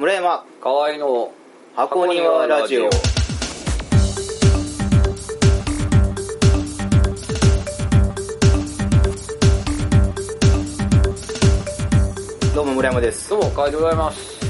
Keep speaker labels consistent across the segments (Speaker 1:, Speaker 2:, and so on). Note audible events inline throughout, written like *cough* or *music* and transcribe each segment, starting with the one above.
Speaker 1: 村山
Speaker 2: 河合の
Speaker 1: 箱庭ラジオどうも村山です
Speaker 2: どうも河合でございます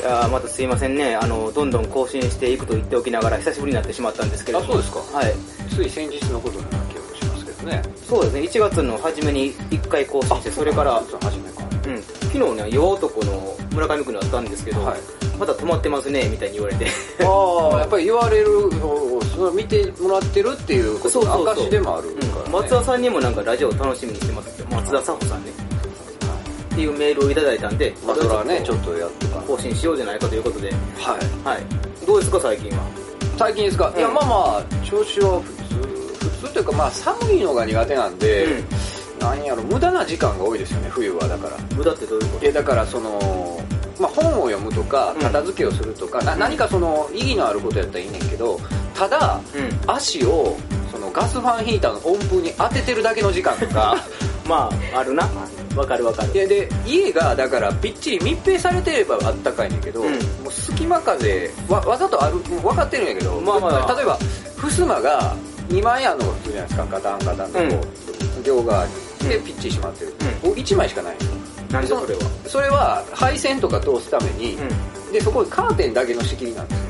Speaker 1: いやーまたすいませんねあのどんどん更新していくと言っておきながら久しぶりになってしまったんですけれども
Speaker 2: あそうですか
Speaker 1: はい
Speaker 2: つい先日のことのような気がしますけどね
Speaker 1: そうですね1月の初めに1回更新してそれから、
Speaker 2: ちょっと初めか
Speaker 1: うん、昨日ね「よ男」の村上君だったんですけど、
Speaker 2: はい
Speaker 1: まだ止まってますねみたいに言われて
Speaker 2: ああ *laughs* やっぱり言われるのをその見てもらってるっていうことの証でもあるから、ね
Speaker 1: うん松田さんにもなんかラジオを楽しみにしてますって松田さ穂さんねっていうメールをいただいたんで
Speaker 2: まあそれはねち
Speaker 1: ちょ
Speaker 2: ょ
Speaker 1: っ
Speaker 2: っとやってた
Speaker 1: と更新しようじゃないかということで
Speaker 2: はい
Speaker 1: はいどうですか最近は
Speaker 2: 最近ですか、いや
Speaker 1: うん
Speaker 2: まあまあ調子は普通普通というかまあ寒いのが苦手なんで、なんやろ無駄な時間が多いですよね冬はだから
Speaker 1: 無駄ってどういうこ
Speaker 2: いやだからその、まあ、本を読むとか
Speaker 1: うん
Speaker 2: 片付けをするとか、な何かその意義のあることやったらいいねんけどただ
Speaker 1: とうん
Speaker 2: 足をそのガスファンヒーターの温風に当ててるだけの時間と
Speaker 1: *laughs*
Speaker 2: か
Speaker 1: まああるなわかるわか
Speaker 2: い
Speaker 1: る
Speaker 2: やで家がだからぴっちり密閉されてればあったかいねんけど、
Speaker 1: うん
Speaker 2: もう隙間風わわざとあるもう分かってるんやけど、
Speaker 1: まあまあ
Speaker 2: 例えば襖が2枚あるのが普通じゃないですかガタンガタンとこう、両側にで
Speaker 1: うん
Speaker 2: ピッチリ閉まってる、
Speaker 1: う
Speaker 2: お1枚しかないの
Speaker 1: 何でそれは
Speaker 2: それは配線とか通すために、でそこカーテンだけの仕切りなんですよ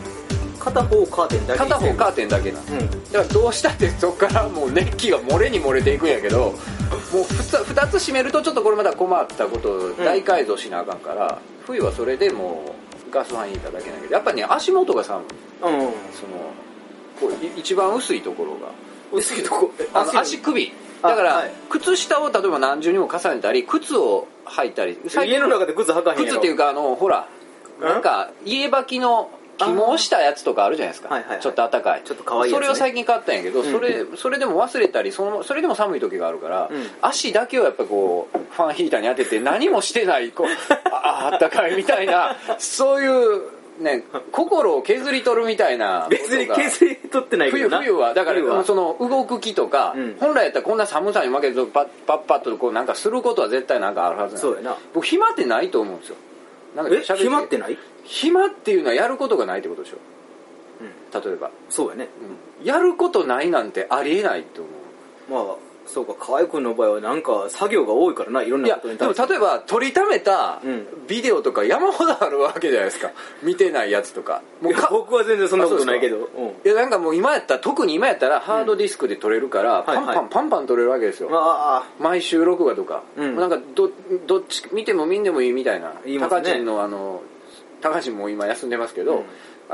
Speaker 1: 片方カーテンだけ
Speaker 2: 片方カーテンだけなんですだからどうしたってそこからもう熱気が漏れに漏れていくんやけどもう 2, 二つ閉めるとちょっとこれまた困ったことを大改造しなあかんから、冬はそれでもうガスファンヒーターだけなんやけどやっぱね足元が寒い
Speaker 1: うんうん
Speaker 2: そのこうい一番薄いところが
Speaker 1: 薄いとこ
Speaker 2: あの足首
Speaker 1: あ
Speaker 2: だから、
Speaker 1: はい
Speaker 2: 靴下を例えば何重にも重ねたり靴を履いたり
Speaker 1: 家の中で靴履かへんやろ
Speaker 2: 靴っていうかあのほら
Speaker 1: ん
Speaker 2: なんか家履きの紐をしたやつとかあるじゃないですか、
Speaker 1: はいはいはい
Speaker 2: ちょっと暖かい
Speaker 1: ちょっと可愛いや
Speaker 2: そ
Speaker 1: つね
Speaker 2: れを最近買ったんやけどそれ,、それでも忘れたりそのそれでも寒い時があるから、
Speaker 1: うん
Speaker 2: 足だけをやっぱこうファンヒーターに当てて何もしてない
Speaker 1: *laughs*
Speaker 2: こうああ暖かいみたいなそういうね心を削り取るみたいなことが
Speaker 1: 別に削り取ってないけ
Speaker 2: 冬
Speaker 1: どな
Speaker 2: 冬はだから
Speaker 1: 冬は
Speaker 2: その動く木とか、
Speaker 1: うん
Speaker 2: 本来やったらこんな寒さに負けてパッパッパッとこうなんかすることは絶対なんかあるはず
Speaker 1: そうやな
Speaker 2: 僕暇ってないと思うんですよなんか
Speaker 1: え
Speaker 2: 喋
Speaker 1: 暇ってない
Speaker 2: 暇っていうのはやることがないってことでしょ、例えば、
Speaker 1: そうやね
Speaker 2: うんやることないなんてありえないと思う
Speaker 1: まあそうか河合君の場合はなんか作業が多いからないろん
Speaker 2: い
Speaker 1: な
Speaker 2: や
Speaker 1: こと
Speaker 2: で
Speaker 1: に対
Speaker 2: も
Speaker 1: して
Speaker 2: 例えば撮りためた
Speaker 1: うん
Speaker 2: ビデオとか山ほどあるわけじゃないですか見てないやつとかもうか
Speaker 1: 僕は全然そんなことないけど
Speaker 2: あ
Speaker 1: うん
Speaker 2: いやなんかもう今やったら特に今やったらハードディスクで撮れるから、
Speaker 1: んはい
Speaker 2: パ
Speaker 1: は
Speaker 2: ン
Speaker 1: い
Speaker 2: パン、パンパン撮れるわけですよ、
Speaker 1: あ
Speaker 2: 毎週録画とか、
Speaker 1: うん
Speaker 2: なんかどどっち見ても見んでもいいみたいな
Speaker 1: 言います
Speaker 2: 高
Speaker 1: ね
Speaker 2: 知のあの高知も今休んでますけど、
Speaker 1: うん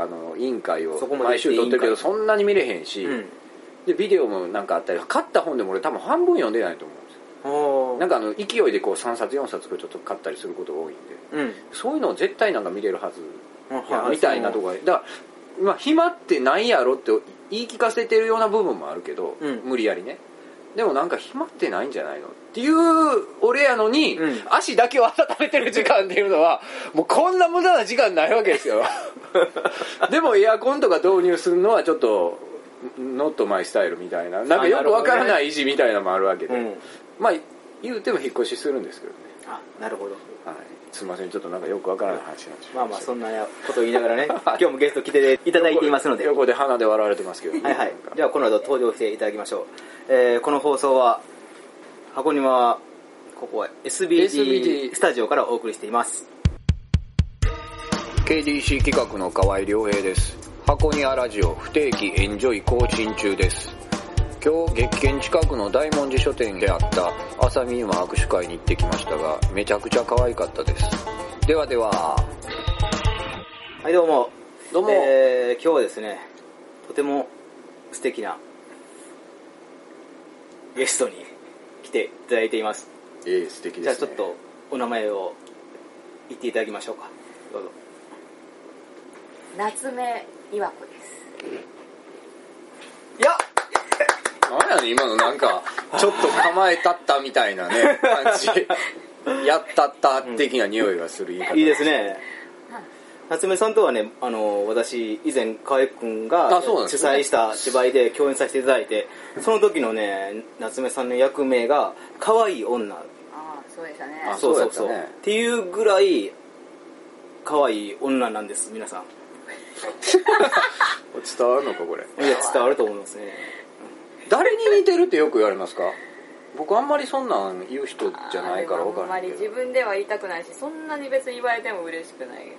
Speaker 2: あの委員会を
Speaker 1: そこまで
Speaker 2: 毎週撮ってるけ
Speaker 1: 委
Speaker 2: ど
Speaker 1: 員会
Speaker 2: そんなに見れへん
Speaker 1: あ
Speaker 2: し、
Speaker 1: うん
Speaker 2: でビデオもなんかあったり買った本でも俺多分半分読んでないと思うんですよ
Speaker 1: あー
Speaker 2: なんかあの勢いでこう3冊4冊ちょっと買ったりすることが多いんで
Speaker 1: うん
Speaker 2: そういうのを絶対なんか見れるはず
Speaker 1: はいはい
Speaker 2: みたいなとこがだから、まあ、暇ってないやろって言い聞かせてるような部分もあるけど、
Speaker 1: うん
Speaker 2: 無理やりねでもなんか暇ってないんじゃないのっていう俺やのに、
Speaker 1: うん
Speaker 2: 足だけを温めてる時間っていうのはもうこんな無駄な時間ないわけで
Speaker 1: *laughs*
Speaker 2: すよでもエアコンとか導入するのはちょっとノットマイスタイルみたいななんかよくわからない意地みたいなのもあるわけで、
Speaker 1: うん
Speaker 2: まあ言うても引っ越しするんですけどね、
Speaker 1: あなるほど
Speaker 2: はい、すいませんちょっとなんかよくわからない話になってし
Speaker 1: ま
Speaker 2: ま
Speaker 1: あ
Speaker 2: い
Speaker 1: ま
Speaker 2: ま
Speaker 1: あ
Speaker 2: した
Speaker 1: そんなこと言いながら
Speaker 2: *laughs*
Speaker 1: ね今日もゲスト来ていただいていますのでは
Speaker 2: 横で鼻で笑われてますけど、ね、
Speaker 1: いはい
Speaker 2: なんか
Speaker 1: ではこの後登場していただきましょうえーこの放送は箱庭ここは SBD
Speaker 2: SBD
Speaker 1: スタジオからお送りしています
Speaker 2: KDC 企画の河合良平です箱庭ラジオ不定期エンジョイ更新中です今日月見近くの大文字書店であった朝見馬握手会に行ってきましたがめちゃくちゃ可愛かったですではでは
Speaker 1: はいどうも
Speaker 2: どうも
Speaker 1: えー今日はですねとても素敵なゲストに来ていただいています
Speaker 2: ええ素敵
Speaker 1: じゃあちょっとお名前を言っていただきましょうかどうぞ
Speaker 3: 夏目岩子です。
Speaker 1: いや
Speaker 2: 何やねん今のなんかちょっと構えたったみたいなね感
Speaker 1: *laughs*
Speaker 2: じやったった的な匂いがする言い方
Speaker 1: いいですね夏目さんとはねあの私以前河合君が
Speaker 2: あそうなん
Speaker 1: 主
Speaker 2: ですね
Speaker 1: 催した芝居で共演させていただいてその時のね夏目さんの役名が「可愛い女」
Speaker 3: ああ、そうでしたね。
Speaker 2: あ
Speaker 1: そうそう
Speaker 2: そ
Speaker 1: そうう
Speaker 2: やったね
Speaker 1: っていうぐらい可愛い女なんです皆さん
Speaker 2: 伝わるのかこれ
Speaker 1: いや伝わると思いますね
Speaker 2: 誰に似てるってよく言われますか僕あんまりそんなん言う人じゃないから分か
Speaker 4: あ
Speaker 2: ら
Speaker 4: んま
Speaker 2: ない
Speaker 4: り
Speaker 2: け
Speaker 4: 自
Speaker 2: ど
Speaker 4: 分では言いたくないしそんなに別に言われても嬉しくないけどね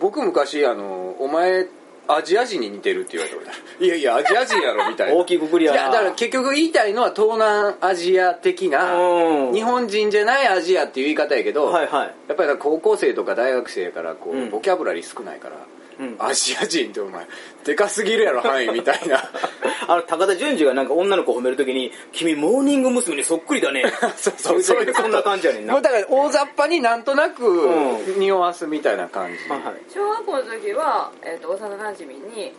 Speaker 2: 僕昔あの「お前アジア人に似てる」って言われたことあるいやいやアジア人やろ
Speaker 4: *laughs*
Speaker 2: みたいな
Speaker 1: 大きいくくりや
Speaker 2: い
Speaker 1: な
Speaker 2: やだから結局言いたいのは東南アジア的な
Speaker 1: うん
Speaker 2: 日本人じゃないアジアっていう言い方やけど、
Speaker 1: はいはい
Speaker 2: やっぱりだから高校生とか大学生やからこう、
Speaker 1: うん
Speaker 2: ボキャブラリー少ないから、
Speaker 1: うん
Speaker 2: アジア人ってお前でかすぎるやろ範囲みたい
Speaker 1: *laughs*
Speaker 2: な
Speaker 1: あの高田純次がなんか女の子を褒めるときに「君モーニング娘。にそっくりだね」
Speaker 2: そう
Speaker 1: そういうそんな感じやねんな
Speaker 2: もうだから大雑把になんとなく
Speaker 1: う
Speaker 2: 匂わすみたいな感じ、
Speaker 1: はいはい
Speaker 4: 小学校の時は、えー、と幼なじみに、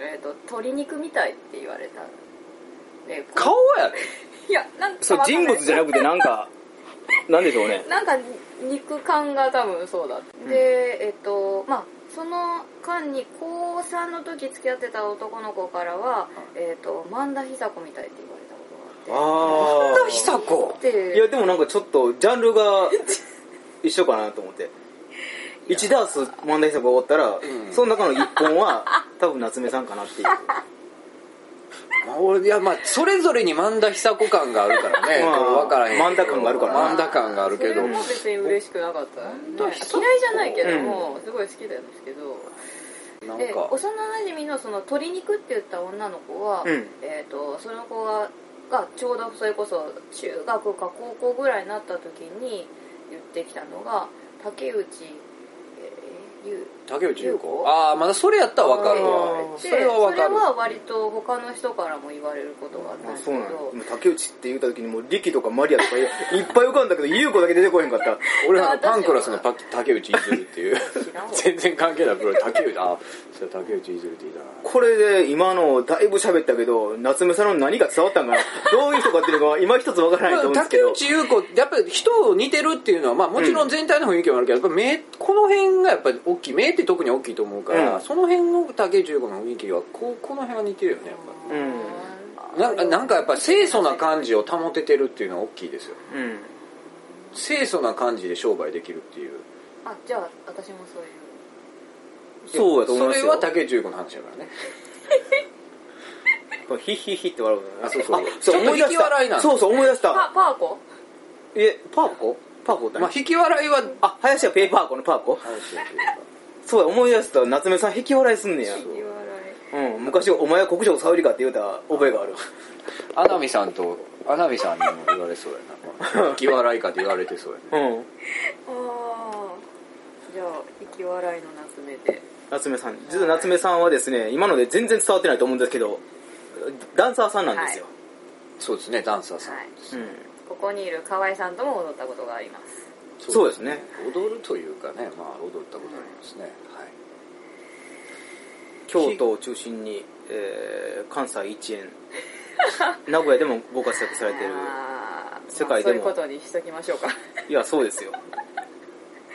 Speaker 4: えーと「鶏肉みたい」って言われたでこう
Speaker 2: 顔やろ
Speaker 4: いやなんか
Speaker 1: そう
Speaker 4: わかん
Speaker 1: 人
Speaker 4: ない
Speaker 1: 物じゃなくてなんかなんでしょうね
Speaker 4: なんか肉感が多分そうだって、でえっとまあその間に高3の時付き合ってた男の子からは「えっと萬田久子みたい」って言われたことがあっ
Speaker 1: あ
Speaker 2: あ久子
Speaker 4: て
Speaker 1: あい
Speaker 4: で
Speaker 1: やでもなんかちょっとジャンルが一緒かなと思って1ダース漫才師がおったら、
Speaker 2: ん
Speaker 1: その中の1本は多分夏目さんかなっていう
Speaker 2: まあ俺いやまあそれぞれに万田久子感があるからね、
Speaker 1: まあ
Speaker 2: こう分からへんけど
Speaker 1: 萬田感があるからな
Speaker 2: 萬田感があるけ
Speaker 4: そ
Speaker 2: ど
Speaker 4: れも別に嬉しくなかった、ね、
Speaker 2: 田
Speaker 4: 嫌い
Speaker 2: 久子
Speaker 4: じゃないけども、すごい好きなんですけど
Speaker 2: なん
Speaker 4: で
Speaker 2: か
Speaker 4: 幼なじみのその鶏肉って言った女の子は、
Speaker 1: うん
Speaker 4: えー、とその子ががちょうどそれこそ中学か高校ぐらいになった時に言ってきたのが竹内、えー、ゆ
Speaker 2: 竹内優
Speaker 4: 優子
Speaker 2: 子ああまだそれやったら分かる
Speaker 1: あ
Speaker 2: わ
Speaker 1: ー
Speaker 4: で
Speaker 2: それは分
Speaker 4: そ
Speaker 2: か
Speaker 4: れ
Speaker 2: る
Speaker 4: は割と他の人からも言われることがあったん
Speaker 1: あ
Speaker 4: です
Speaker 1: そ
Speaker 4: け
Speaker 1: う
Speaker 4: ど、
Speaker 1: なんや今竹内って言った時にもう力とかマリアとかいっぱい浮かんだけど優子だけ出てこへんかった
Speaker 2: 俺はあの
Speaker 4: 私は
Speaker 2: パンクラスのパキ竹内いずるっていう
Speaker 4: らんわ
Speaker 2: *laughs* 全然関係ないプロ竹内あそれ竹内いずるって言いたな
Speaker 1: これで今のだいぶ喋ったけど夏目さんの何が伝わったんかなどういう人かっていうのが今一つわからないと思うんですけ
Speaker 2: 竹
Speaker 1: ど
Speaker 2: 内優子やっぱり人を似てるっていうのは、まあ、もちろん全体の雰囲気もあるけど、やっぱ目この辺がやっぱり大きい目って特に大きいと思うから、
Speaker 1: うん
Speaker 2: その辺の竹内優子の雰囲気はこうこの辺が似てるよねやっぱ
Speaker 1: うん
Speaker 2: りなんかなんかやっぱ清楚な感じを保ててるっていうのは大きいですよ
Speaker 1: うん
Speaker 2: 清楚な感じで商売できるっていう
Speaker 4: あじゃあ私もそういう
Speaker 1: そうやと思いますよ
Speaker 2: それは竹内優子の話だからね
Speaker 1: これヒッヒッヒって笑うの
Speaker 2: あそうそう
Speaker 1: そう
Speaker 2: ちょっと
Speaker 1: 思出した
Speaker 2: 引き笑いなの
Speaker 1: そうそう思い出し
Speaker 4: パ
Speaker 1: た
Speaker 4: パーコ
Speaker 1: えパーコパーコだ、
Speaker 2: ま
Speaker 1: ね
Speaker 2: あ引き笑いは
Speaker 1: あ、林家ペーパーコのパーコ
Speaker 2: あるしっていうか
Speaker 1: そうや思い出した夏目さん引き笑いすんねや
Speaker 4: 言われ
Speaker 1: うん昔お前は国情沙織かって言うた覚えがある
Speaker 2: アナミさんとアナミさんにも言われそうやな *laughs* 引き笑いかって言われてそうやね
Speaker 1: うん
Speaker 4: ああじゃあ息笑いの夏目で
Speaker 1: 夏目さん実は夏目さんはですね今ので全然伝わってないと思うんですけどダンサーさんなんですよ、
Speaker 2: そうですねダンサーさん、
Speaker 4: はい
Speaker 1: うん
Speaker 4: ここにいる河合さんとも踊ったことがあります
Speaker 1: そうですね
Speaker 2: 踊るというかねまあ踊ったことありますね、はい
Speaker 1: 京都を中心に、えー関西一円名古屋でもご活躍されてる
Speaker 4: あー
Speaker 1: 世界でも
Speaker 4: まあそういうことにしときましょうか
Speaker 1: いやそうですよ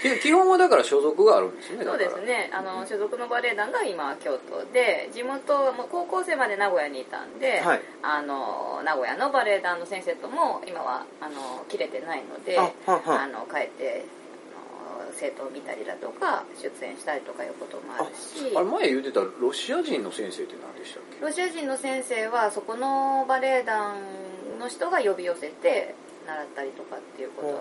Speaker 2: き基本はだから所属があるんですねだか
Speaker 4: そう
Speaker 2: ら
Speaker 4: ですねあの所属のバレエ団が今京都で地元もう高校生まで名古屋にいたんで、
Speaker 1: はい
Speaker 4: あの名古屋のバレエ団の先生とも今はあの切れてないので
Speaker 1: あはんはん
Speaker 4: あの帰ってあの生徒を見たりだとか出演したりとかいうこともあるし
Speaker 2: あれ前言ってたロシア人の先生って何でしたっけ
Speaker 4: ロシア人の先生はそこのバレエ団の人が呼び寄せて習ったりとかっていうことは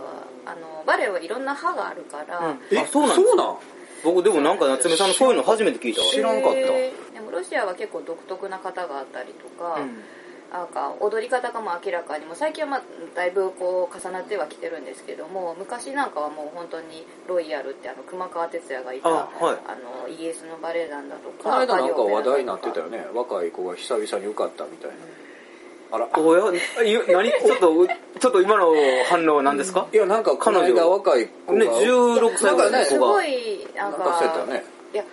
Speaker 4: あのバレエはいろんな派があるから、
Speaker 1: うんあそうなんです
Speaker 2: そう
Speaker 1: か
Speaker 2: なん
Speaker 1: 僕でもなんか夏目さんのそういうの初めて聞いたわ
Speaker 2: 知らんかった
Speaker 4: えーでもロシアは結構独特な方があったりとか,、なんか踊り方がもう明らかにもう最近は、まあ、だいぶこう重なってはきてるんですけども昔なんかはもう本当にロイヤルってあの熊川哲也がいた
Speaker 1: あ
Speaker 4: あ、
Speaker 1: はい
Speaker 4: のイギリスのバレエ団だと
Speaker 2: こ
Speaker 4: か
Speaker 2: の間なんか話題になってた
Speaker 4: よ
Speaker 2: よね若い子が久々に受かったみたいなあら
Speaker 1: おやい何ちょっとうちょっと今の反応は何ですか、
Speaker 2: いやなんかこの
Speaker 1: 彼
Speaker 2: 間
Speaker 1: 女
Speaker 2: 若い子が
Speaker 1: ね16歳ぐらいの子が
Speaker 2: なんかね
Speaker 4: すごい
Speaker 2: な
Speaker 4: なんん
Speaker 2: か
Speaker 4: か
Speaker 2: そうやったよね
Speaker 4: いや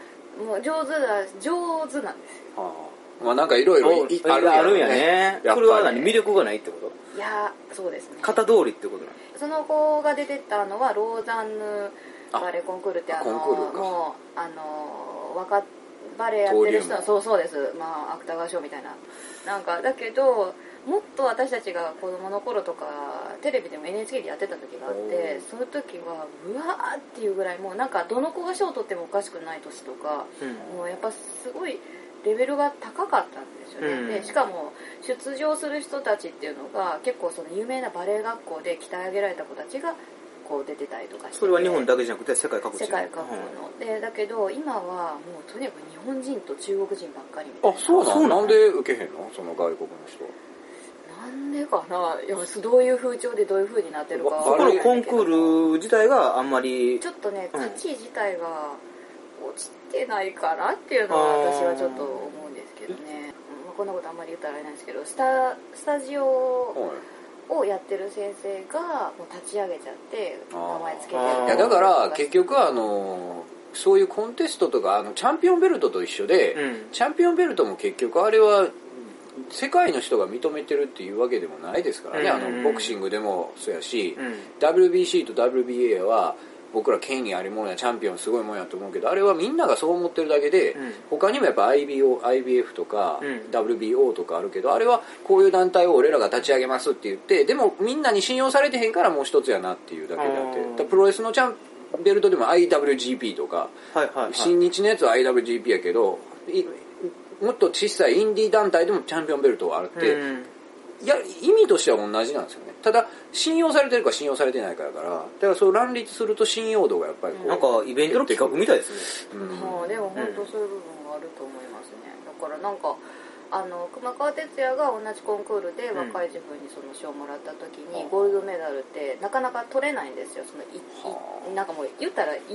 Speaker 4: もう上手だ上手なんですよ
Speaker 2: はあまあなんかいろいろい
Speaker 1: あるあるんやね
Speaker 2: やっぱり
Speaker 1: これは何魅力がないってこと
Speaker 4: いやそうですね
Speaker 1: 型通りってことなの
Speaker 4: その子が出てったのはローザンヌバレエコンクールってあの
Speaker 2: コンクールか
Speaker 4: もうあの若バレエやってる
Speaker 2: 登竜
Speaker 4: 人は
Speaker 2: 門
Speaker 4: そうそうですまあ芥川賞みたいななんかだけどもっと私たちが子供の頃とかテレビでも NHK でやってた時があっ
Speaker 1: お
Speaker 4: て
Speaker 1: ー
Speaker 4: そういう時はうわーっていうぐらいもうなんかどの子が賞を取ってもおかしくない年とか
Speaker 1: うん
Speaker 4: もうやっぱすごいレベルが高かったんですよね、
Speaker 1: うん
Speaker 4: でしかも出場する人たちっていうのが結構その有名なバレエ学校で鍛え上げられた子たちがこう出てたりとかしてて
Speaker 1: それは日本だけじゃなくて世界各地
Speaker 4: 世界各国の、でだけど今はもうとにかく日本人と中国人ばっかりみたい
Speaker 2: あ
Speaker 4: な
Speaker 2: そう
Speaker 1: そう
Speaker 2: な
Speaker 1: なんん
Speaker 2: なんで受けへんのその外国の人
Speaker 4: なんでかないやどういう風潮でどういう風になってるか
Speaker 1: そこ
Speaker 2: あ
Speaker 1: の
Speaker 2: れ
Speaker 1: コンクール自体があんまり
Speaker 4: ちょっとね
Speaker 1: うん
Speaker 4: 価値自体が落ちてないかなっていうのは私はちょっと思うんですけどね、うんまあ、こんなことあんまり言ったらあれなんですけどスタスタジオ
Speaker 2: はい
Speaker 4: をやってる先生がもう立ち上げちゃって
Speaker 2: あー
Speaker 4: 名前つけて
Speaker 1: い
Speaker 2: いやだから結局あのそういうコンテストとかあのチャンピオンベルトと一緒で、
Speaker 1: うん
Speaker 2: チャンピオンベルトも結局あれは世界の人が認めてるっていうわけでもないですからね、
Speaker 1: うん
Speaker 2: あのボクシングでもそうやし、
Speaker 1: うん
Speaker 2: WBC と WBA は僕ら権威ありもんやチャンピオンすごいもんやと思うけどあれはみんながそう思ってるだけで、
Speaker 1: うん
Speaker 2: 他にもやっぱ IBO IBF とか、
Speaker 1: うん
Speaker 2: WBO とかあるけどあれはこういう団体を俺らが立ち上げますって言ってでもみんなに信用されてへんからもう一つやなっていうだけであって
Speaker 1: あー
Speaker 2: だからプロレスのチャンベルトでも IWGP とか、
Speaker 1: はいはいはい
Speaker 2: 新日のやつは IWGP やけどいもっと小さいインディー団体でもチャンピオンベルトはあって、
Speaker 1: うん
Speaker 2: いや意味としては同じなんですよねただ信用されてるか信用されてないかだからだからそう乱立すると信用度がやっぱりこう
Speaker 1: なんかイベントの企画みたいですね
Speaker 2: うん
Speaker 4: もうでも本当そういう部分があると思いますね、だからなんかあの熊川哲也が同じコンクールで若い自分にその賞をもらった時に、
Speaker 2: うん
Speaker 4: ゴールドメダルってなかなか取れないんですよそのい
Speaker 2: はい
Speaker 4: なんかもう言ったら1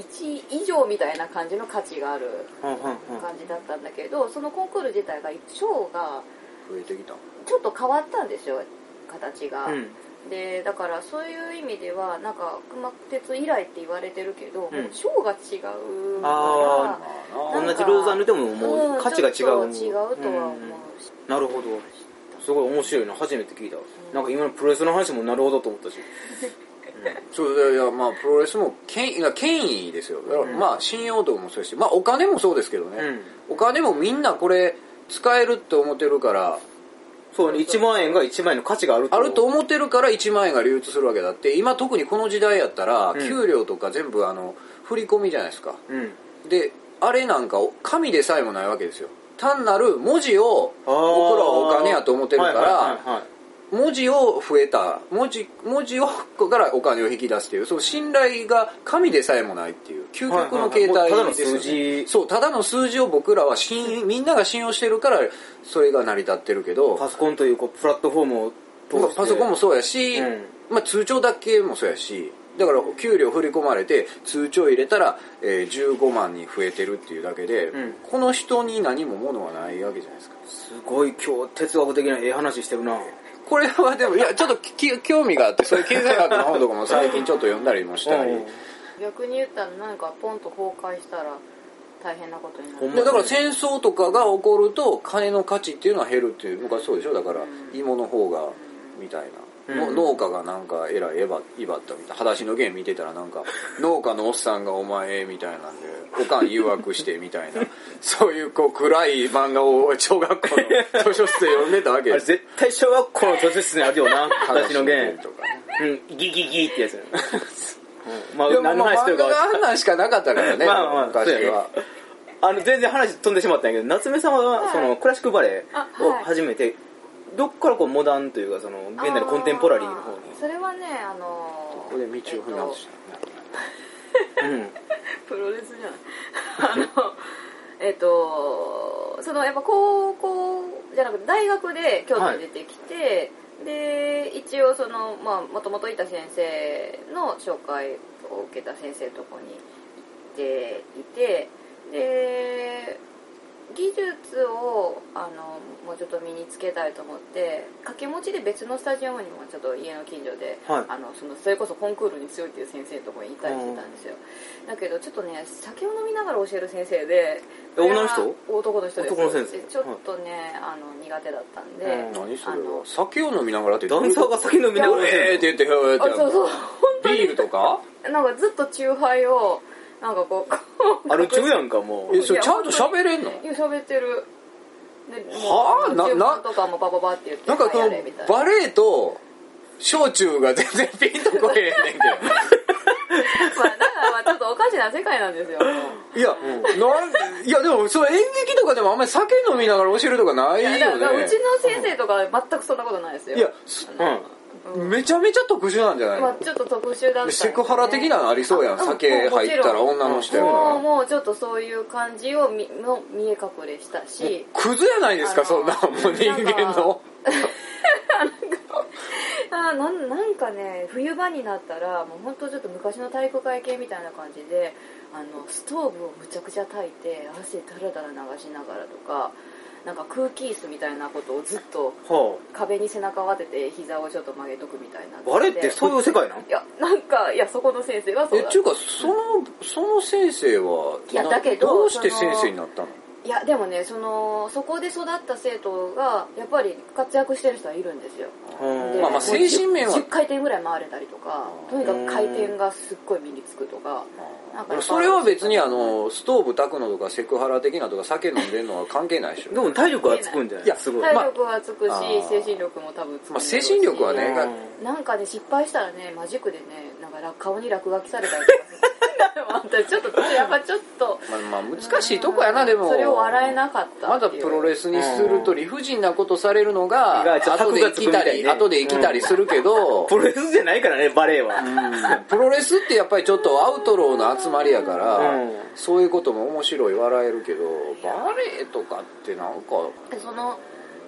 Speaker 4: 位以上みたいな感じの価値がある
Speaker 1: うんうんうん
Speaker 4: 感じだったんだけどそのコンクール自体が賞
Speaker 2: あ
Speaker 4: が
Speaker 2: 増えてきた
Speaker 4: ちょっと変わったんですよ形が、
Speaker 1: うん
Speaker 4: でだからそういう意味ではなんか熊鉄以来って言われてるけど、
Speaker 1: うん
Speaker 4: もう賞が違う
Speaker 1: あ
Speaker 2: ま
Speaker 4: から
Speaker 2: あ
Speaker 1: 同
Speaker 2: な
Speaker 1: じローザンヌでも
Speaker 4: う
Speaker 1: も
Speaker 4: ん
Speaker 1: う価値が違う、
Speaker 4: ちょっと違うとは思
Speaker 1: ん
Speaker 4: うし、
Speaker 1: なるほどすごい面白いの初めて聞いたわなんか今のプロレスの話もなるほどと思ったし
Speaker 2: そういやまあプロレスも権威いや権威ですよだから、まあ信用度もそうですしまあお金もそうですけどね、
Speaker 1: うん
Speaker 2: お金もみんなこれ使えるって思ってるから
Speaker 1: そうね1万円が1万円の価値がある
Speaker 2: あると思ってるから1万円が流通するわけだって今特にこの時代やったら
Speaker 1: ん
Speaker 2: 給料とか全部あの振り込みじゃないですか、
Speaker 1: うん
Speaker 2: であれなんか紙でさえもないわけですよ単なる文字を
Speaker 1: あ
Speaker 2: 僕ら
Speaker 1: ー
Speaker 2: はお金やと思ってるか
Speaker 1: はいはい
Speaker 2: ら
Speaker 1: はいはい
Speaker 2: 文字を増えた文字文字をからお金を引き出すっていうその信頼が紙でさえもないっていう究極の形
Speaker 1: はいはいはいもうただの
Speaker 2: 態ですよ
Speaker 1: 数
Speaker 2: ね
Speaker 1: 字
Speaker 2: そうただの数字を僕らは信みんなが信用してるからそれが成り立ってるけど
Speaker 1: パソコンというこうプラットフォームを通
Speaker 2: まあ
Speaker 1: して
Speaker 2: パソコンもそうやし、
Speaker 1: うん
Speaker 2: まあ、通帳だけもそうやしだから給料振り込まれて通帳入れたら、えー15万に増えてるっていうだけで、
Speaker 1: ん
Speaker 2: この人に何も物はないわけじゃないですか
Speaker 1: すごい今日哲学的なええ話してるな
Speaker 2: これはでもいやちょっとき興味があってそういう経済学の本とかも最近ちょっと読んだりもし
Speaker 1: *laughs*
Speaker 2: たり
Speaker 1: うん
Speaker 4: 逆に言ったら何かポンと崩壊したら大変なことにな
Speaker 1: ほん
Speaker 4: る
Speaker 1: ま
Speaker 2: でだから戦争とかが起こると金の価値っていうのは減るっていう昔そうでしょだから芋の方がみたいな、の
Speaker 1: うん
Speaker 2: 農家がなんかえらいえば威張ったみたいな裸足のゲーム見てたらなんか農家のおっさんがお前みたいなんでおかん誘惑してみたいな *laughs* そういうこう暗い漫画を小学校の図書室で読んでたわ
Speaker 1: あ
Speaker 2: けで
Speaker 1: れ
Speaker 2: す
Speaker 1: 絶対小学校の図書室にあるよな私の
Speaker 2: 裸足 *laughs*
Speaker 1: 弦
Speaker 2: とかね
Speaker 1: うんギギギってやつ、うん、まあ
Speaker 2: でもまあ
Speaker 1: 何の話して
Speaker 2: 漫
Speaker 1: るか忘れ
Speaker 2: 画が
Speaker 1: た
Speaker 2: あんなんしかなかったからね
Speaker 1: まあまあ
Speaker 2: 昔
Speaker 1: そうやね
Speaker 2: は
Speaker 1: あの全然話飛んでしまったんやけど夏目様はそのクラシックバレエ
Speaker 4: あ
Speaker 1: を
Speaker 4: はい
Speaker 1: 始めて、どっからこうモダンというかその現代のコンテンポラリーの方に
Speaker 4: あーそれはねあのー
Speaker 2: ここで道を踏み外した、
Speaker 1: うん
Speaker 4: *laughs* プロレスじゃないあのえっとそのやっぱ高校じゃなくて大学で京都に出てきて、で一応そのまあもともといた先生の紹介を受けた先生のとこに行っていてで技術をあのもうちょっと身につけたいと思って掛け持ちで別のスタジアムにもちょっと家の近所で、
Speaker 1: はい
Speaker 4: あのそのそれこそコンクールに強いっていう先生のとこに行ったりしてたんですよ、だけどちょっとね酒を飲みながら教える先生で
Speaker 1: え女の人
Speaker 4: これは男の人です
Speaker 1: 男の先生
Speaker 4: でちょっとね、あの苦手だったんで、
Speaker 1: うん
Speaker 2: 何それは
Speaker 4: あの
Speaker 2: 酒を飲みながらってど
Speaker 1: ダ
Speaker 2: う
Speaker 1: ン
Speaker 2: いう
Speaker 1: サ
Speaker 2: こ
Speaker 1: ー
Speaker 2: と
Speaker 1: が酒飲みながらやって
Speaker 2: えー
Speaker 1: る
Speaker 2: って言ってへーっ
Speaker 4: あ
Speaker 2: てやる
Speaker 4: そうそう *laughs*
Speaker 2: ビールとか
Speaker 4: なんかずっとチューハイをなんかこうこう
Speaker 1: ある中やんかもう
Speaker 2: えそれちゃんと喋れんの
Speaker 4: いや喋ってるでもう
Speaker 2: はあな
Speaker 4: 注
Speaker 2: な
Speaker 4: 文とかもバババって言って
Speaker 2: なんかこ
Speaker 4: は
Speaker 2: の
Speaker 4: いやれみたいな
Speaker 2: バレエと小中が全然ピンとこえへんねんけ
Speaker 4: まあ、だからまあちょっとおかしな世界なんですよ。もう
Speaker 2: ど *laughs* いや、なんいやでもその演劇とかでもあんまり酒飲みながら教えるとかない
Speaker 4: い
Speaker 2: よ
Speaker 4: やだから
Speaker 2: ね
Speaker 4: うちの先生とか全くそんなことないですよ。
Speaker 2: いや
Speaker 1: うん
Speaker 4: うん
Speaker 2: めちゃめちゃ特殊なんじゃないの、
Speaker 4: まあちょっと特殊だったんですね
Speaker 2: セクハラ的なのありそうやん
Speaker 4: あうん
Speaker 2: 酒入ったら女の人やから
Speaker 4: もうもうちょっとそういう感じを *laughs* 見の見え隠れしたし、
Speaker 2: クズやないですか
Speaker 4: あの
Speaker 2: そんなもう人間の
Speaker 4: あーなんなんかね冬場になったらもう本当ちょっと昔の体育会系みたいな感じであのストーブをむちゃくちゃ焚いて汗だらだら流しながらとかなんか空気椅子みたいなことをずっと
Speaker 1: は
Speaker 4: 壁に背中を当てて膝をちょっと曲げとくみたいな
Speaker 1: あバレエってそういう世界なん
Speaker 4: いやなんかいやそこの先生はそ
Speaker 2: え
Speaker 4: うだ
Speaker 2: ちゅうかそのその先生はい
Speaker 4: や
Speaker 2: な
Speaker 4: だけど
Speaker 2: どうして
Speaker 4: その
Speaker 2: 先生になったの
Speaker 4: いやでもねそのそこで育った生徒がやっぱり活躍してる人はいるんですよ
Speaker 1: あは
Speaker 4: で
Speaker 1: あ
Speaker 2: まあまあ
Speaker 4: もう
Speaker 2: 精神面は
Speaker 4: 10 10回転ぐらい回れたりとかとにかく回転がすっごい身につくとかなんかやっぱ
Speaker 2: それは別にあのストーブ炊くのとかセクハラ的なとか酒飲んでんのは関係ないでしょ
Speaker 1: でも体力はつくんじゃない
Speaker 2: いや
Speaker 1: すごい
Speaker 4: 体力はつくし、
Speaker 2: まああー
Speaker 4: 精神力も多分つくんだろうし
Speaker 2: まあ精神力はね
Speaker 1: うん
Speaker 4: なんかね失敗したらねマジックでねなんか落顔に落書きされたりとかす
Speaker 2: *laughs*
Speaker 4: るなんか私ちょっとやっぱちょっと
Speaker 2: まあ、まあ難しいとこやなでも
Speaker 4: それを笑えなかった
Speaker 2: まだ
Speaker 4: っていう
Speaker 2: プロレスにすると理不尽なことされるのが
Speaker 1: 意外と
Speaker 2: 後で
Speaker 1: 箔が
Speaker 2: 生きたり、
Speaker 1: つくみたいね
Speaker 2: 後で生きたりするけど、
Speaker 1: プロレスじゃないからねバレエは、
Speaker 2: プロレスってやっぱりちょっとアウトローの集まりやから、
Speaker 1: うん
Speaker 2: そういうことも面白い笑えるけどバレエとかってなんか
Speaker 4: その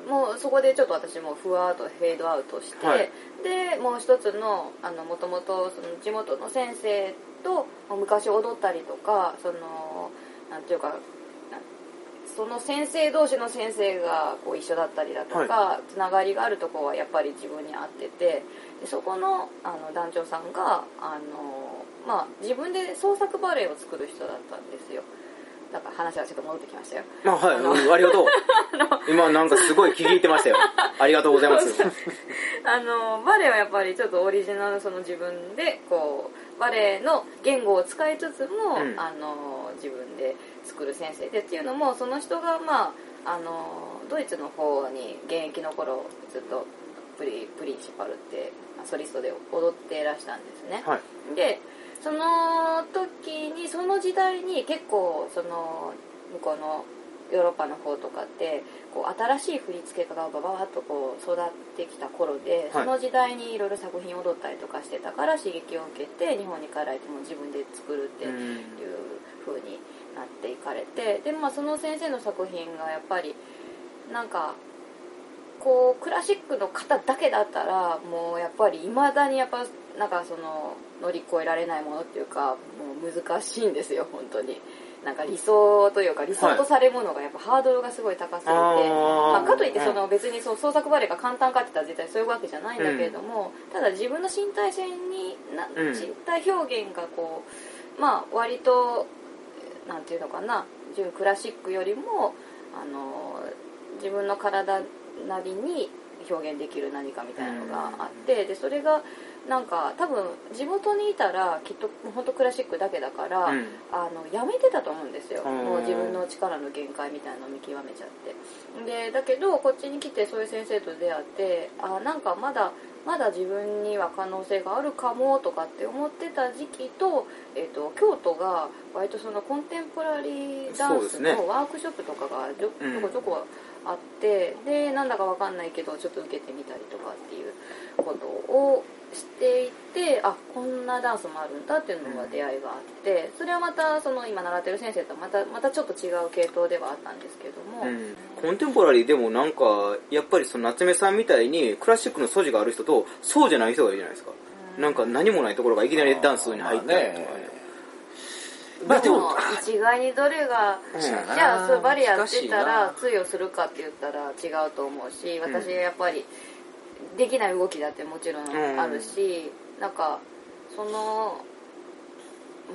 Speaker 4: もうそこでちょっと私もふわーっとフェードアウトして、
Speaker 1: はい
Speaker 4: でもう一つのあのもともとその地元の先生と昔踊ったりとかそのなんていうかなその先生同士の先生がこう一緒だったりだとか、つながりがあるとこはやっぱり自分に合っててでそこのあの団長さんがあの、まあ、自分で創作バレエを作る人だったんですよだから話はちょっと戻ってきましたよ
Speaker 1: まあはい、 *laughs* うんありがとう今なんかすごい聞き入ってましたよありがとうございます *laughs*
Speaker 4: *laughs* あのバレエはやっぱりちょっとオリジナルその自分でこうバレエの言語を使いつつも、
Speaker 1: うん
Speaker 4: あの自分で作る先生でっていうのもその人がまああのドイツの方に現役の頃ずっとプリプリンシパルってまあソリストで踊ってらしたんですね、
Speaker 1: はい
Speaker 4: でその時にその時代に結構その向こうのヨーロッパの方とかってこう新しい振り付け家がバババッとこう育ってきた頃で、
Speaker 1: はい
Speaker 4: その時代にいろいろ作品を踊ったりとかしてたから刺激を受けて日本に帰られても自分で作るって
Speaker 1: う
Speaker 4: いうん風になっていかれてで、まあ、その先生の作品がやっぱりなんかこうクラシックの方だけだったらもうやっぱりいまだにやっぱなんかその乗り越えられないものっていうかもう難しいんですよ本当になんか理想というか理想とされるものがやっぱハードルがすごい高すぎて、
Speaker 1: あー
Speaker 4: まあ、かといってその別にそう創作バレエが簡単かって言ったら絶対そういうわけじゃないんだけれども、ただ自分の身体性にな
Speaker 1: うん
Speaker 4: 身体表現がこうまあ割となんていうのかな純クラシックよりもあの自分の体なりに表現できる何かみたいなのがあって、でそれがなんか多分地元にいたらきっと本当クラシックだけだから、
Speaker 1: うん
Speaker 4: あのやめてたと思うんですよ
Speaker 1: うん
Speaker 4: もう自分の力の限界みたいなのを見極めちゃってでだけどこっちに来てそういう先生と出会ってあなんかまだまだ自分には可能性があるかもとかって思ってた時期と,、えっと京都が割とそのコンテンポラリーダ
Speaker 1: そ
Speaker 4: ンス
Speaker 1: うですね
Speaker 4: のワークショップとかがちょ
Speaker 1: うん
Speaker 4: ちょこちょこあって、でなんだかわかんないけどちょっと受けてみたりとかっていうことをしていてあこんなダンスもあるんだっていうのが出会いがあってそれはまたその今習ってる先生とはまたまたちょっと違う系統ではあったんですけども、
Speaker 1: うんコンテンポラリーでもなんかやっぱりその夏目さんみたいにクラシックの素地がある人とそうじゃない人がいるじゃないですか、なんか何もないところがいきなりダンスに入ったりとかね,、
Speaker 4: ま
Speaker 1: ま
Speaker 4: あ
Speaker 1: あ
Speaker 4: で
Speaker 1: で
Speaker 4: も
Speaker 1: も
Speaker 4: 一概にどれが
Speaker 1: うん
Speaker 4: じ
Speaker 1: そうや
Speaker 2: な
Speaker 4: ゃあそうバレエやってた
Speaker 2: 難
Speaker 4: ら
Speaker 2: しい
Speaker 4: 通用するかって言ったら違うと思うし
Speaker 1: ん
Speaker 4: 私やっぱりできない動きだってもちろんあるし、なんかその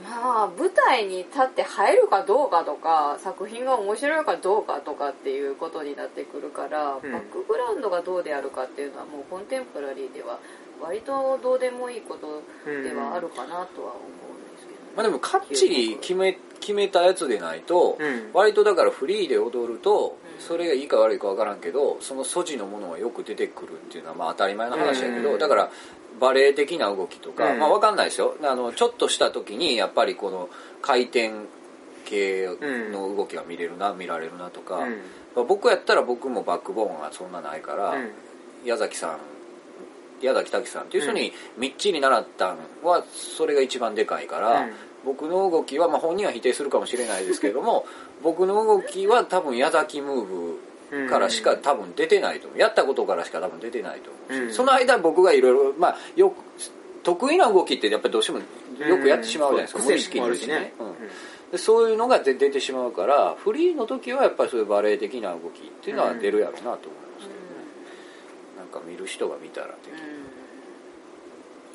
Speaker 4: まあ舞台に立って入るかどうかとか作品が面白いかどうかとかっていうことになってくるから、
Speaker 1: うん
Speaker 4: バックグラウンドがどうであるかっていうのはもうコンテンポラリーでは割とどうでもいいことではあるかなとは思うんですけどね。
Speaker 2: まあでもかっちり決め決めたやつでないと、
Speaker 1: うん
Speaker 2: 割とだからフリーで踊ると
Speaker 4: うん
Speaker 2: それがいいか悪いか分からんけどその素地のものはよく出てくるっていうのはまあ当たり前の話やけど、
Speaker 1: うん
Speaker 2: だからバレエ的な動きとか、
Speaker 1: うん
Speaker 2: まあ分かんないですよあのちょっとした時にやっぱりこの回転系の動きが見れるな見られるなとか、
Speaker 1: うん
Speaker 2: まあ僕やったら僕もバックボーンはそんなないから、
Speaker 1: うん
Speaker 2: 矢崎さん矢崎滝さんっていう人にみっちり習ったんはそれが一番でかいから、
Speaker 1: うん
Speaker 2: 僕の動きは、まあ、本人は否定するかもしれないですけれども僕の動きは多分矢崎ムーブからしか多分出てないと思うやったことからしか多分出てないと思うし、
Speaker 1: うん
Speaker 2: その間僕がいろいろまあよく得意な動きってやっぱりどうしてもよくやってしまうじゃないですか、
Speaker 1: うん
Speaker 2: 無意識にですね、
Speaker 1: 癖もあ
Speaker 2: うん
Speaker 1: るしね
Speaker 2: でそういうのが出出てしまうからフリーの時はやっぱりそういうバレエ的な動きっていうのは出るやろうなと思いますけどね、なんか見る人が見たらできる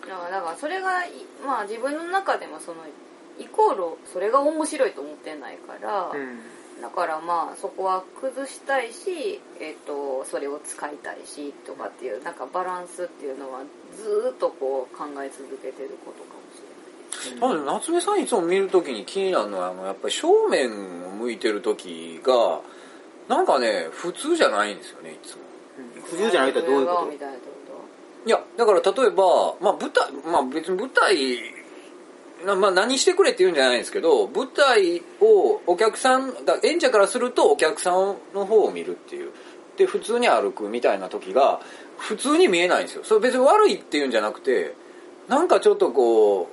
Speaker 4: だからだからそれがいまあ自分の中でもそのイコールそれが面白いと思ってないから、
Speaker 1: うん
Speaker 4: だからまあそこは崩したいし、えっとそれを使いたいしとかっていうなんかバランスっていうのはずーっとこう考え続けてることかもし
Speaker 2: 多分夏目さんいつも見るときに気になるのはあのやっぱり正面を向いてる時がなんかね普通じゃないんですよねいつも
Speaker 1: うん
Speaker 4: れ
Speaker 1: 不
Speaker 4: な
Speaker 1: 自
Speaker 4: い
Speaker 1: 由じゃないとはどういうこ
Speaker 4: それ
Speaker 1: と
Speaker 4: がみたいなってこ
Speaker 2: いやだから例えば、まあ、舞台まあ別に舞台なまあ、何してくれって言うんじゃないんですけど舞台をお客さんだ演者からするとお客さんの方を見るっていうで普通に歩くみたいな時が普通に見えないんですよそれ別に悪いっていうんじゃなくてなんかちょっとこ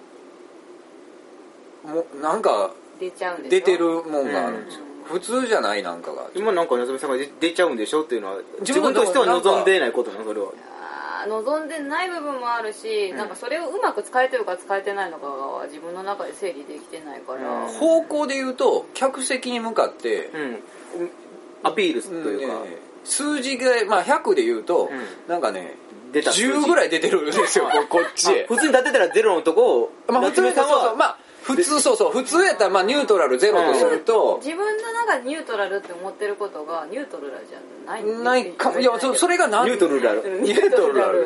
Speaker 2: うもなんか
Speaker 4: と出ちゃうんでしょ
Speaker 2: 出てるもんがあるんですよ
Speaker 4: う
Speaker 2: 普通じゃないなんかが
Speaker 1: 今なんか夏目さんが出出ちゃうんでしょっていうのは自
Speaker 2: 自分の
Speaker 1: 分としては望んでないことなのそれは
Speaker 4: あー望んでない部分もあるし、
Speaker 1: うん
Speaker 4: なんかそれをうまく使えてるか使えてないのかが自分の中で整理できてないから、
Speaker 1: うん
Speaker 2: 方向で言うと客席に向かって
Speaker 1: うんアピールというか
Speaker 2: うんね数字が、まあ、100で言うと、
Speaker 1: う
Speaker 2: なんかね
Speaker 1: 出た数字
Speaker 2: 10ぐらい出てるんで
Speaker 1: *laughs*
Speaker 2: すよここっちへ
Speaker 1: あ普通に立てたらゼロのとこを
Speaker 2: まあ普
Speaker 1: 夏
Speaker 2: 通
Speaker 1: 目さん
Speaker 2: そうそう
Speaker 1: は
Speaker 2: まあ普通そうそう普通やったらまあニュートラルゼロとすると、
Speaker 4: 自分の中でニュートラルって思ってることがニュートラルじゃない
Speaker 2: ないかもいやそそれが何
Speaker 1: ニュートラルである
Speaker 4: ニュートラル
Speaker 1: うん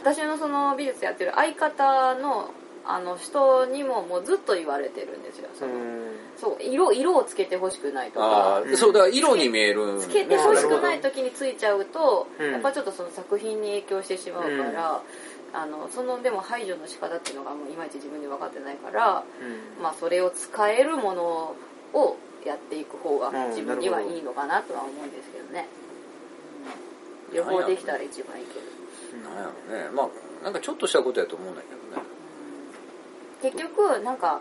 Speaker 4: 私のその美術やってる相方のあの人にももうずっと言われてるんですよその、そう色色をつけてほしくないと
Speaker 2: あ
Speaker 4: か
Speaker 2: ーそうだから色に見えるん
Speaker 4: つけてほしくない時についちゃうと、
Speaker 1: うん
Speaker 4: やっぱちょっとその作品に影響してしまうから、あのそのでも排除の仕方っていうのがもういまいち自分で分かってないから、
Speaker 1: うん
Speaker 4: まあ、それを使えるものをやっていく方が
Speaker 1: うん
Speaker 4: 自分にはいいのかなとは思うんですけどね、うん両方できたら一番いいけど
Speaker 2: なんやろねまあなんかちょっとしたことやと思うんだけどね
Speaker 4: 結局なんか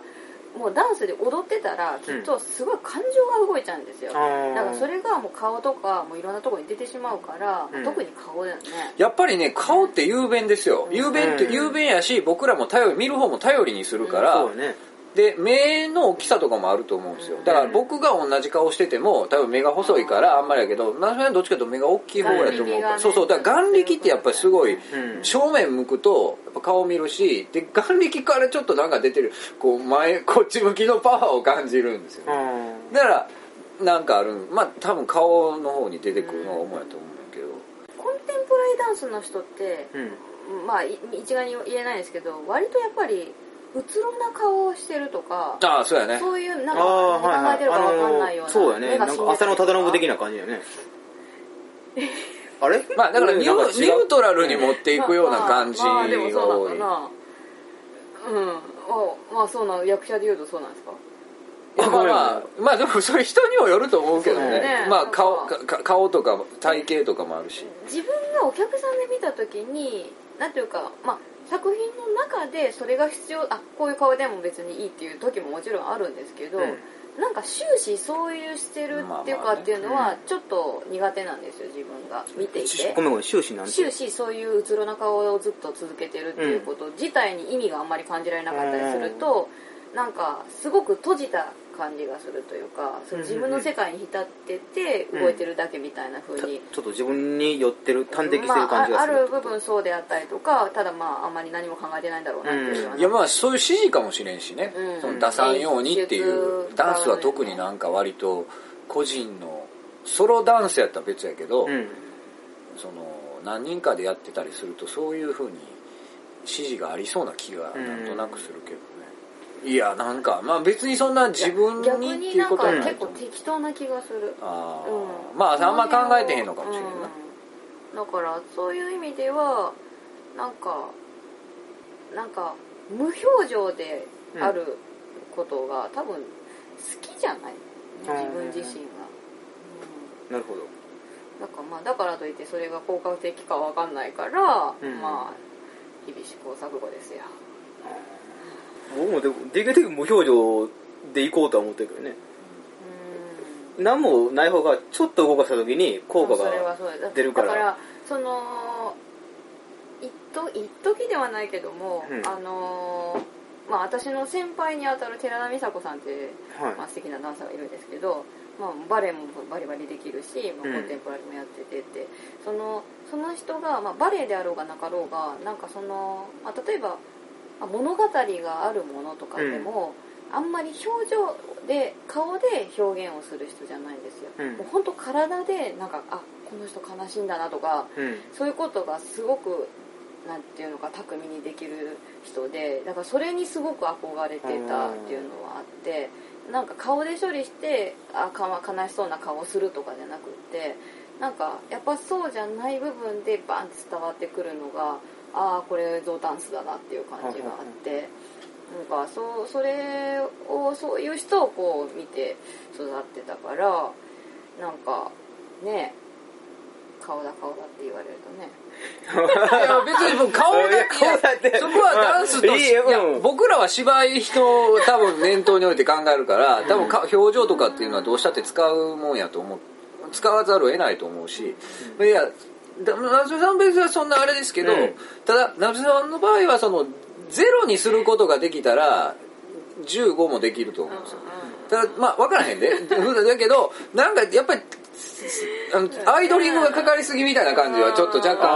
Speaker 4: もうダンスで踊ってたらきっとすごい感情が動いちゃうんですよ、
Speaker 1: あー
Speaker 4: だからそれがもう顔とかもういろんなところに出てしまうから、
Speaker 1: うん
Speaker 4: 特に顔だよね
Speaker 2: やっぱりね顔って雄弁ですよ
Speaker 4: うん
Speaker 2: 雄弁って
Speaker 1: うん
Speaker 2: 雄弁やし僕らも頼り見る方も頼りにするから、
Speaker 1: そうね
Speaker 2: で目の大きさとかもあると思うんですよだから僕が同じ顔してても多分目が細いからあんまりやけどなどっちかというと目が大きい方やと思うから、
Speaker 4: 眼力がね
Speaker 2: そうそうだから眼力ってやっぱりすごい
Speaker 1: うん
Speaker 2: 正面向くとやっぱ顔見るしで眼力からちょっとなんか出てるこう前こっち向きのパワーを感じるんですよ、ね、
Speaker 1: うん
Speaker 2: だからなんかあるまあ多分顔の方に出てくるのが主やと思うんだけど
Speaker 4: コンテンポラリーダンスの人って、
Speaker 1: うん
Speaker 4: まあい一概に言えないですけど割とやっぱりうつろな顔をしてるとか
Speaker 2: ああそうやね
Speaker 4: そういうなんか
Speaker 1: あ
Speaker 4: 何考えてるか分かんない
Speaker 1: ー
Speaker 4: ような
Speaker 1: そうやね
Speaker 4: 目
Speaker 1: な
Speaker 4: が
Speaker 1: ん
Speaker 4: 死んで
Speaker 1: か浅野忠信的
Speaker 4: な
Speaker 1: な感じだよねあれ
Speaker 2: まあだからニュ
Speaker 1: うんなん
Speaker 2: ー
Speaker 1: か違う
Speaker 2: ニュートラルに持っていくような感じが
Speaker 4: まあま
Speaker 2: 多
Speaker 4: あまあ
Speaker 2: い、
Speaker 4: でもそうなんかなうんあまあそうなん役者で言うとそうなんですか
Speaker 2: まあ
Speaker 1: ごめん
Speaker 2: まあ、まあでもそれ人にもよると思うけどね
Speaker 1: そう
Speaker 4: ね
Speaker 2: まあ顔かか顔とか体型とかもあるし
Speaker 4: 自分がお客さんで見た時になんていうか、まあ、作品の中でそれが必要あこういう顔でも別にいいっていう時ももちろんあるんですけど、
Speaker 1: うん
Speaker 4: なんか終始そういうしてるっていう
Speaker 2: まあまあ
Speaker 4: か
Speaker 2: ね
Speaker 4: っていうのはちょっと苦手なんですよ自分が見ていて
Speaker 1: ご。めんごめん終始なんて
Speaker 4: 終始そういううつろな顔をずっと続けてるっていうこと自体に意味があんまり感じられなかったりすると、なんかすごく閉じた感じがするというか、その自分の世界に浸ってて動いてるだけみたいな風
Speaker 1: た
Speaker 4: に、
Speaker 1: ちょっと自分に寄ってる端的してる感じ
Speaker 4: まあ、
Speaker 1: が
Speaker 4: あ
Speaker 1: する
Speaker 4: る部分そうであったりとかただまああんまり何も考えてないんだろうなっていうような、
Speaker 2: いやまあそういう指示かもしれんしね、
Speaker 4: うん
Speaker 2: その出さんようにっていう
Speaker 4: うん
Speaker 2: ダンスは特になんか割と個人のソロダンスやったら別やけど、
Speaker 1: うん
Speaker 2: その何人かでやってたりするとそういうふうに指示がありそうな気がなんとなくするけどね、いやなんかまあ別にそんな自分
Speaker 4: 逆
Speaker 2: にって
Speaker 4: に
Speaker 2: い
Speaker 4: な
Speaker 2: うんこと
Speaker 4: か
Speaker 2: はない
Speaker 4: 結構適当な気がする
Speaker 2: あー
Speaker 4: うん
Speaker 2: まああんま考えてへんのかもしれんないな、
Speaker 4: うんだからそういう意味ではなんかなんか無表情であることが多分好きじゃない、自分自身が、
Speaker 1: なるほど
Speaker 4: うん、だからまあだからといってそれが効果的かわかんないから、
Speaker 1: うん
Speaker 4: まあ日々試行錯誤ですよ
Speaker 1: 僕もでもできるだけ無表情で行こうとは思ってるけどね何もない方がちょっと動かした時に効果
Speaker 4: そうそれは
Speaker 1: が
Speaker 4: そうだ
Speaker 1: 出るから
Speaker 4: だからその一と一時ではないけども、
Speaker 1: うん
Speaker 4: あのーまあ私の先輩にあたる寺田美佐子さんっていう、まあ、
Speaker 1: は
Speaker 4: 素敵なダンサーがいるんですけど、まあ、バレエもバリバリできるし、まあ、
Speaker 1: うん
Speaker 4: コンテンポラリーもやっててって、そのその人が、まあ、バレエであろうがなかろうがなんかその、まあ、例えばまあ物語があるものとかでも、あんまり表情で顔で表現をする人じゃないんですよ、
Speaker 1: うん
Speaker 4: もう本当体でなんかあこの人悲しいんだなとか
Speaker 1: いうん
Speaker 4: そういうことがすごくなんていうのか巧みにできる人でだからそれにすごく憧れてたっていうのはあってなんか顔で処理してあかわ悲しそうな顔をするとかじゃなくってなんかやっぱそうじゃない部分でバンって伝わってくるのがああこれゾウダンスだなっていう感じがあって。なんかそうそれをそういう人をこう見て育ってたからなんかね顔だ顔だって言われるとね
Speaker 2: いや別に僕顔だって
Speaker 1: いや顔だって
Speaker 2: そこはダンスと
Speaker 1: いいよ
Speaker 2: いや
Speaker 1: うん
Speaker 2: 僕らは芝居人を多分念頭に置いて考えるから多分か表情とかっていうのはどうしたって使うもんやと思う使わざるを得ないと思うし、いやだ夏目さん別にはそんなあれですけど、
Speaker 1: うん
Speaker 2: ただ夏目さんの場合はそのゼロにすることができたら15もできると思うんですよただまあ分からへんで *laughs* だけどなんかやっぱりあのアイドリングがかかりすぎみたいな感じはちょっと若干するか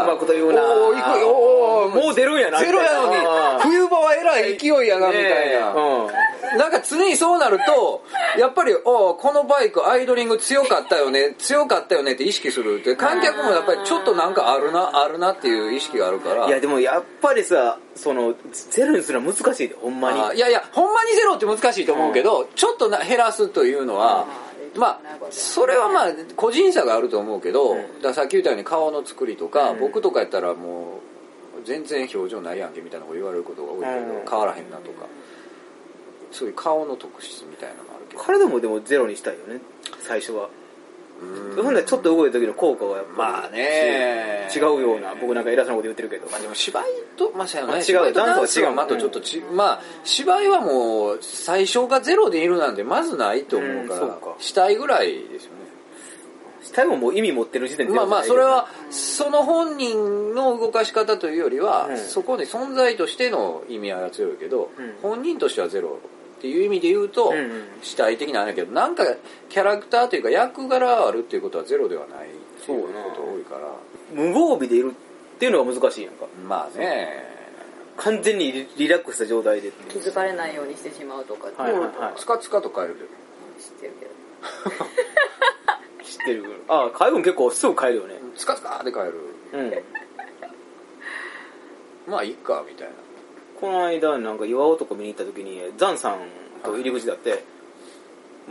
Speaker 1: あーうまいこと言うな
Speaker 2: おーいくよおー
Speaker 1: もう出るん *laughs* やな
Speaker 2: ゼロやのに
Speaker 1: あー
Speaker 2: 冬場はえらい勢いやなみたいな、
Speaker 1: ね
Speaker 2: なんか常にそうなるとやっぱりおーこのバイクアイドリング強かったよね強かったよねって意識するって観客もやっぱりちょっとなんかあるなあるなっていう意識があるか
Speaker 1: えう
Speaker 2: ら
Speaker 1: んいやでもやっぱりさそのゼロにするのは難しいでほんまに
Speaker 2: あーいやいやほんまにゼロって難しいと思うけど、ちょっとな減らすというのは
Speaker 4: うん
Speaker 2: まあそれはまあ個人差があると思うけど、
Speaker 1: うん
Speaker 2: だからさっき言ったように顔の作りとか、
Speaker 1: うん
Speaker 2: 僕とかやったらもう全然表情ないやんけみたいなこと言われることが多いけど、
Speaker 1: うん
Speaker 2: 変わらへんなとかそういう顔の特質みたいなのがあるけど
Speaker 1: 体もでもゼロにしたいよね最初は
Speaker 2: うん
Speaker 1: ほんならちょっと動いた時の効果はやっぱり
Speaker 2: まあね
Speaker 1: 違うような僕なんか偉そうなこと言ってるけど
Speaker 2: まあでも芝居と、まあ、そうやな
Speaker 1: まあ違う
Speaker 2: 芝居とダンス
Speaker 1: ダンスは違うもん
Speaker 2: またちょっとち、まあ芝居はもう最初がゼロでいるなんてまずないと思うから、
Speaker 1: うんそうか
Speaker 2: したいぐらいですよね
Speaker 1: 体ももう意味持ってる時点で
Speaker 2: まあまあそれはその本人の動かし方というよりは、
Speaker 1: うん
Speaker 2: そこに存在としての意味合いが強いけど、
Speaker 1: うん
Speaker 2: 本人としてはゼロっていう意味で言うと、
Speaker 1: うんうん
Speaker 2: 主体的なんやけどなんかキャラクターというか役柄があるっていうことはゼロではないっていうことが多いから
Speaker 1: 無防備でいるっていうのが難しいやんか
Speaker 2: まあね
Speaker 1: 完全にリリラックスした状態でって
Speaker 4: 気づかれないようにしてしまうとかって
Speaker 1: はいいうは
Speaker 4: の
Speaker 1: いは
Speaker 2: つかつかと変える
Speaker 4: 知ってるけど
Speaker 1: い知ってるああ海軍結構すぐ帰るよね
Speaker 2: つかつかで変える
Speaker 1: うん
Speaker 2: まあいいかみたいな
Speaker 1: この間なんか岩男見に行った時にザンさんと入り口だって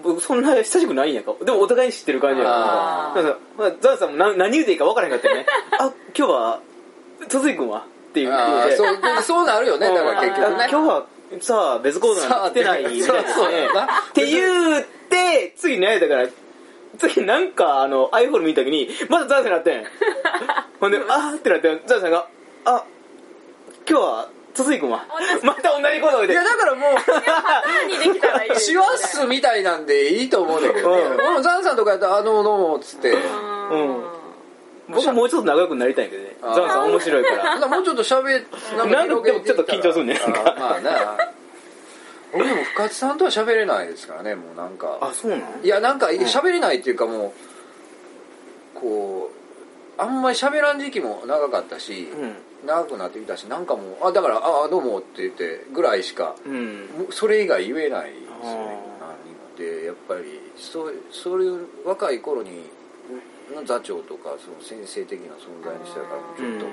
Speaker 1: 僕そんな親しくないんやんかでもお互いに知ってる感じやん
Speaker 2: あ
Speaker 1: か
Speaker 4: ー
Speaker 1: そうそうまあザンさんも何何言うていいか分からへんかったよ
Speaker 2: *laughs*
Speaker 1: ねあ今日は鈴井君はっていう
Speaker 2: あ
Speaker 1: 言
Speaker 2: ー
Speaker 1: て
Speaker 2: そうそうなる
Speaker 1: *laughs*
Speaker 2: よねだから結
Speaker 1: あ
Speaker 2: 局ね
Speaker 1: 今日はさあ別行動なんて来てないみたいなね
Speaker 2: そうそうやな
Speaker 1: って言うて次ねだから次なんかあの iPhone 見た時にまだザーサになってんほんであーってなってザーさんが「あ今日は筒井君はまた同じことを言っ
Speaker 2: い
Speaker 1: て
Speaker 2: やだからもう
Speaker 4: 何できたらいい
Speaker 2: シワっすみたいなんでいいと思うねんだけ
Speaker 1: う
Speaker 2: ど、
Speaker 1: ん
Speaker 2: ね、でもザンさんとかやったら「あどうもどうも」っつって
Speaker 4: うん
Speaker 1: *laughs* 僕はもうちょっと仲良くなりたいんやけどねザ
Speaker 2: あー
Speaker 1: ーさん面白いか
Speaker 2: な
Speaker 1: ら
Speaker 2: んかもうちょっと喋な
Speaker 1: なんかでもちょっと緊張すんねん
Speaker 2: あーまあな俺でも深津さんとは喋れないですからねもうなんか
Speaker 1: あそうなん
Speaker 2: いやなんか喋れないっていうかもうこうあんまり喋らん時期も長かったし、長くなってきたしなんかもう「あだからああどうも」って言ってぐらいしか
Speaker 1: うんうん
Speaker 2: もうそれ以外言えないですよね
Speaker 1: あ
Speaker 2: 何でやっぱりそうそういう若い頃にの座長とかその先生的な存在にしてたからち
Speaker 1: う
Speaker 2: ょっと
Speaker 1: ん
Speaker 2: も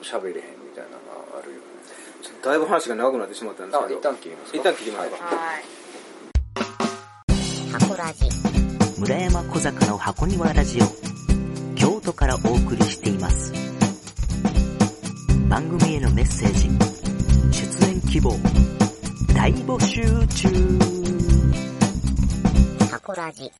Speaker 2: う喋れへんみたいなのがあるよね
Speaker 1: ちょっとだいぶ話が長くなってしまったんです
Speaker 2: あ
Speaker 1: けど
Speaker 2: 一旦切りますか
Speaker 1: 一旦切りますか
Speaker 2: はい
Speaker 4: はい
Speaker 5: 箱ラジ
Speaker 6: 村山小坂の箱庭ラジオ京都からお送りしています番組へのメッセージ出演希望大募集中
Speaker 5: 箱ラジ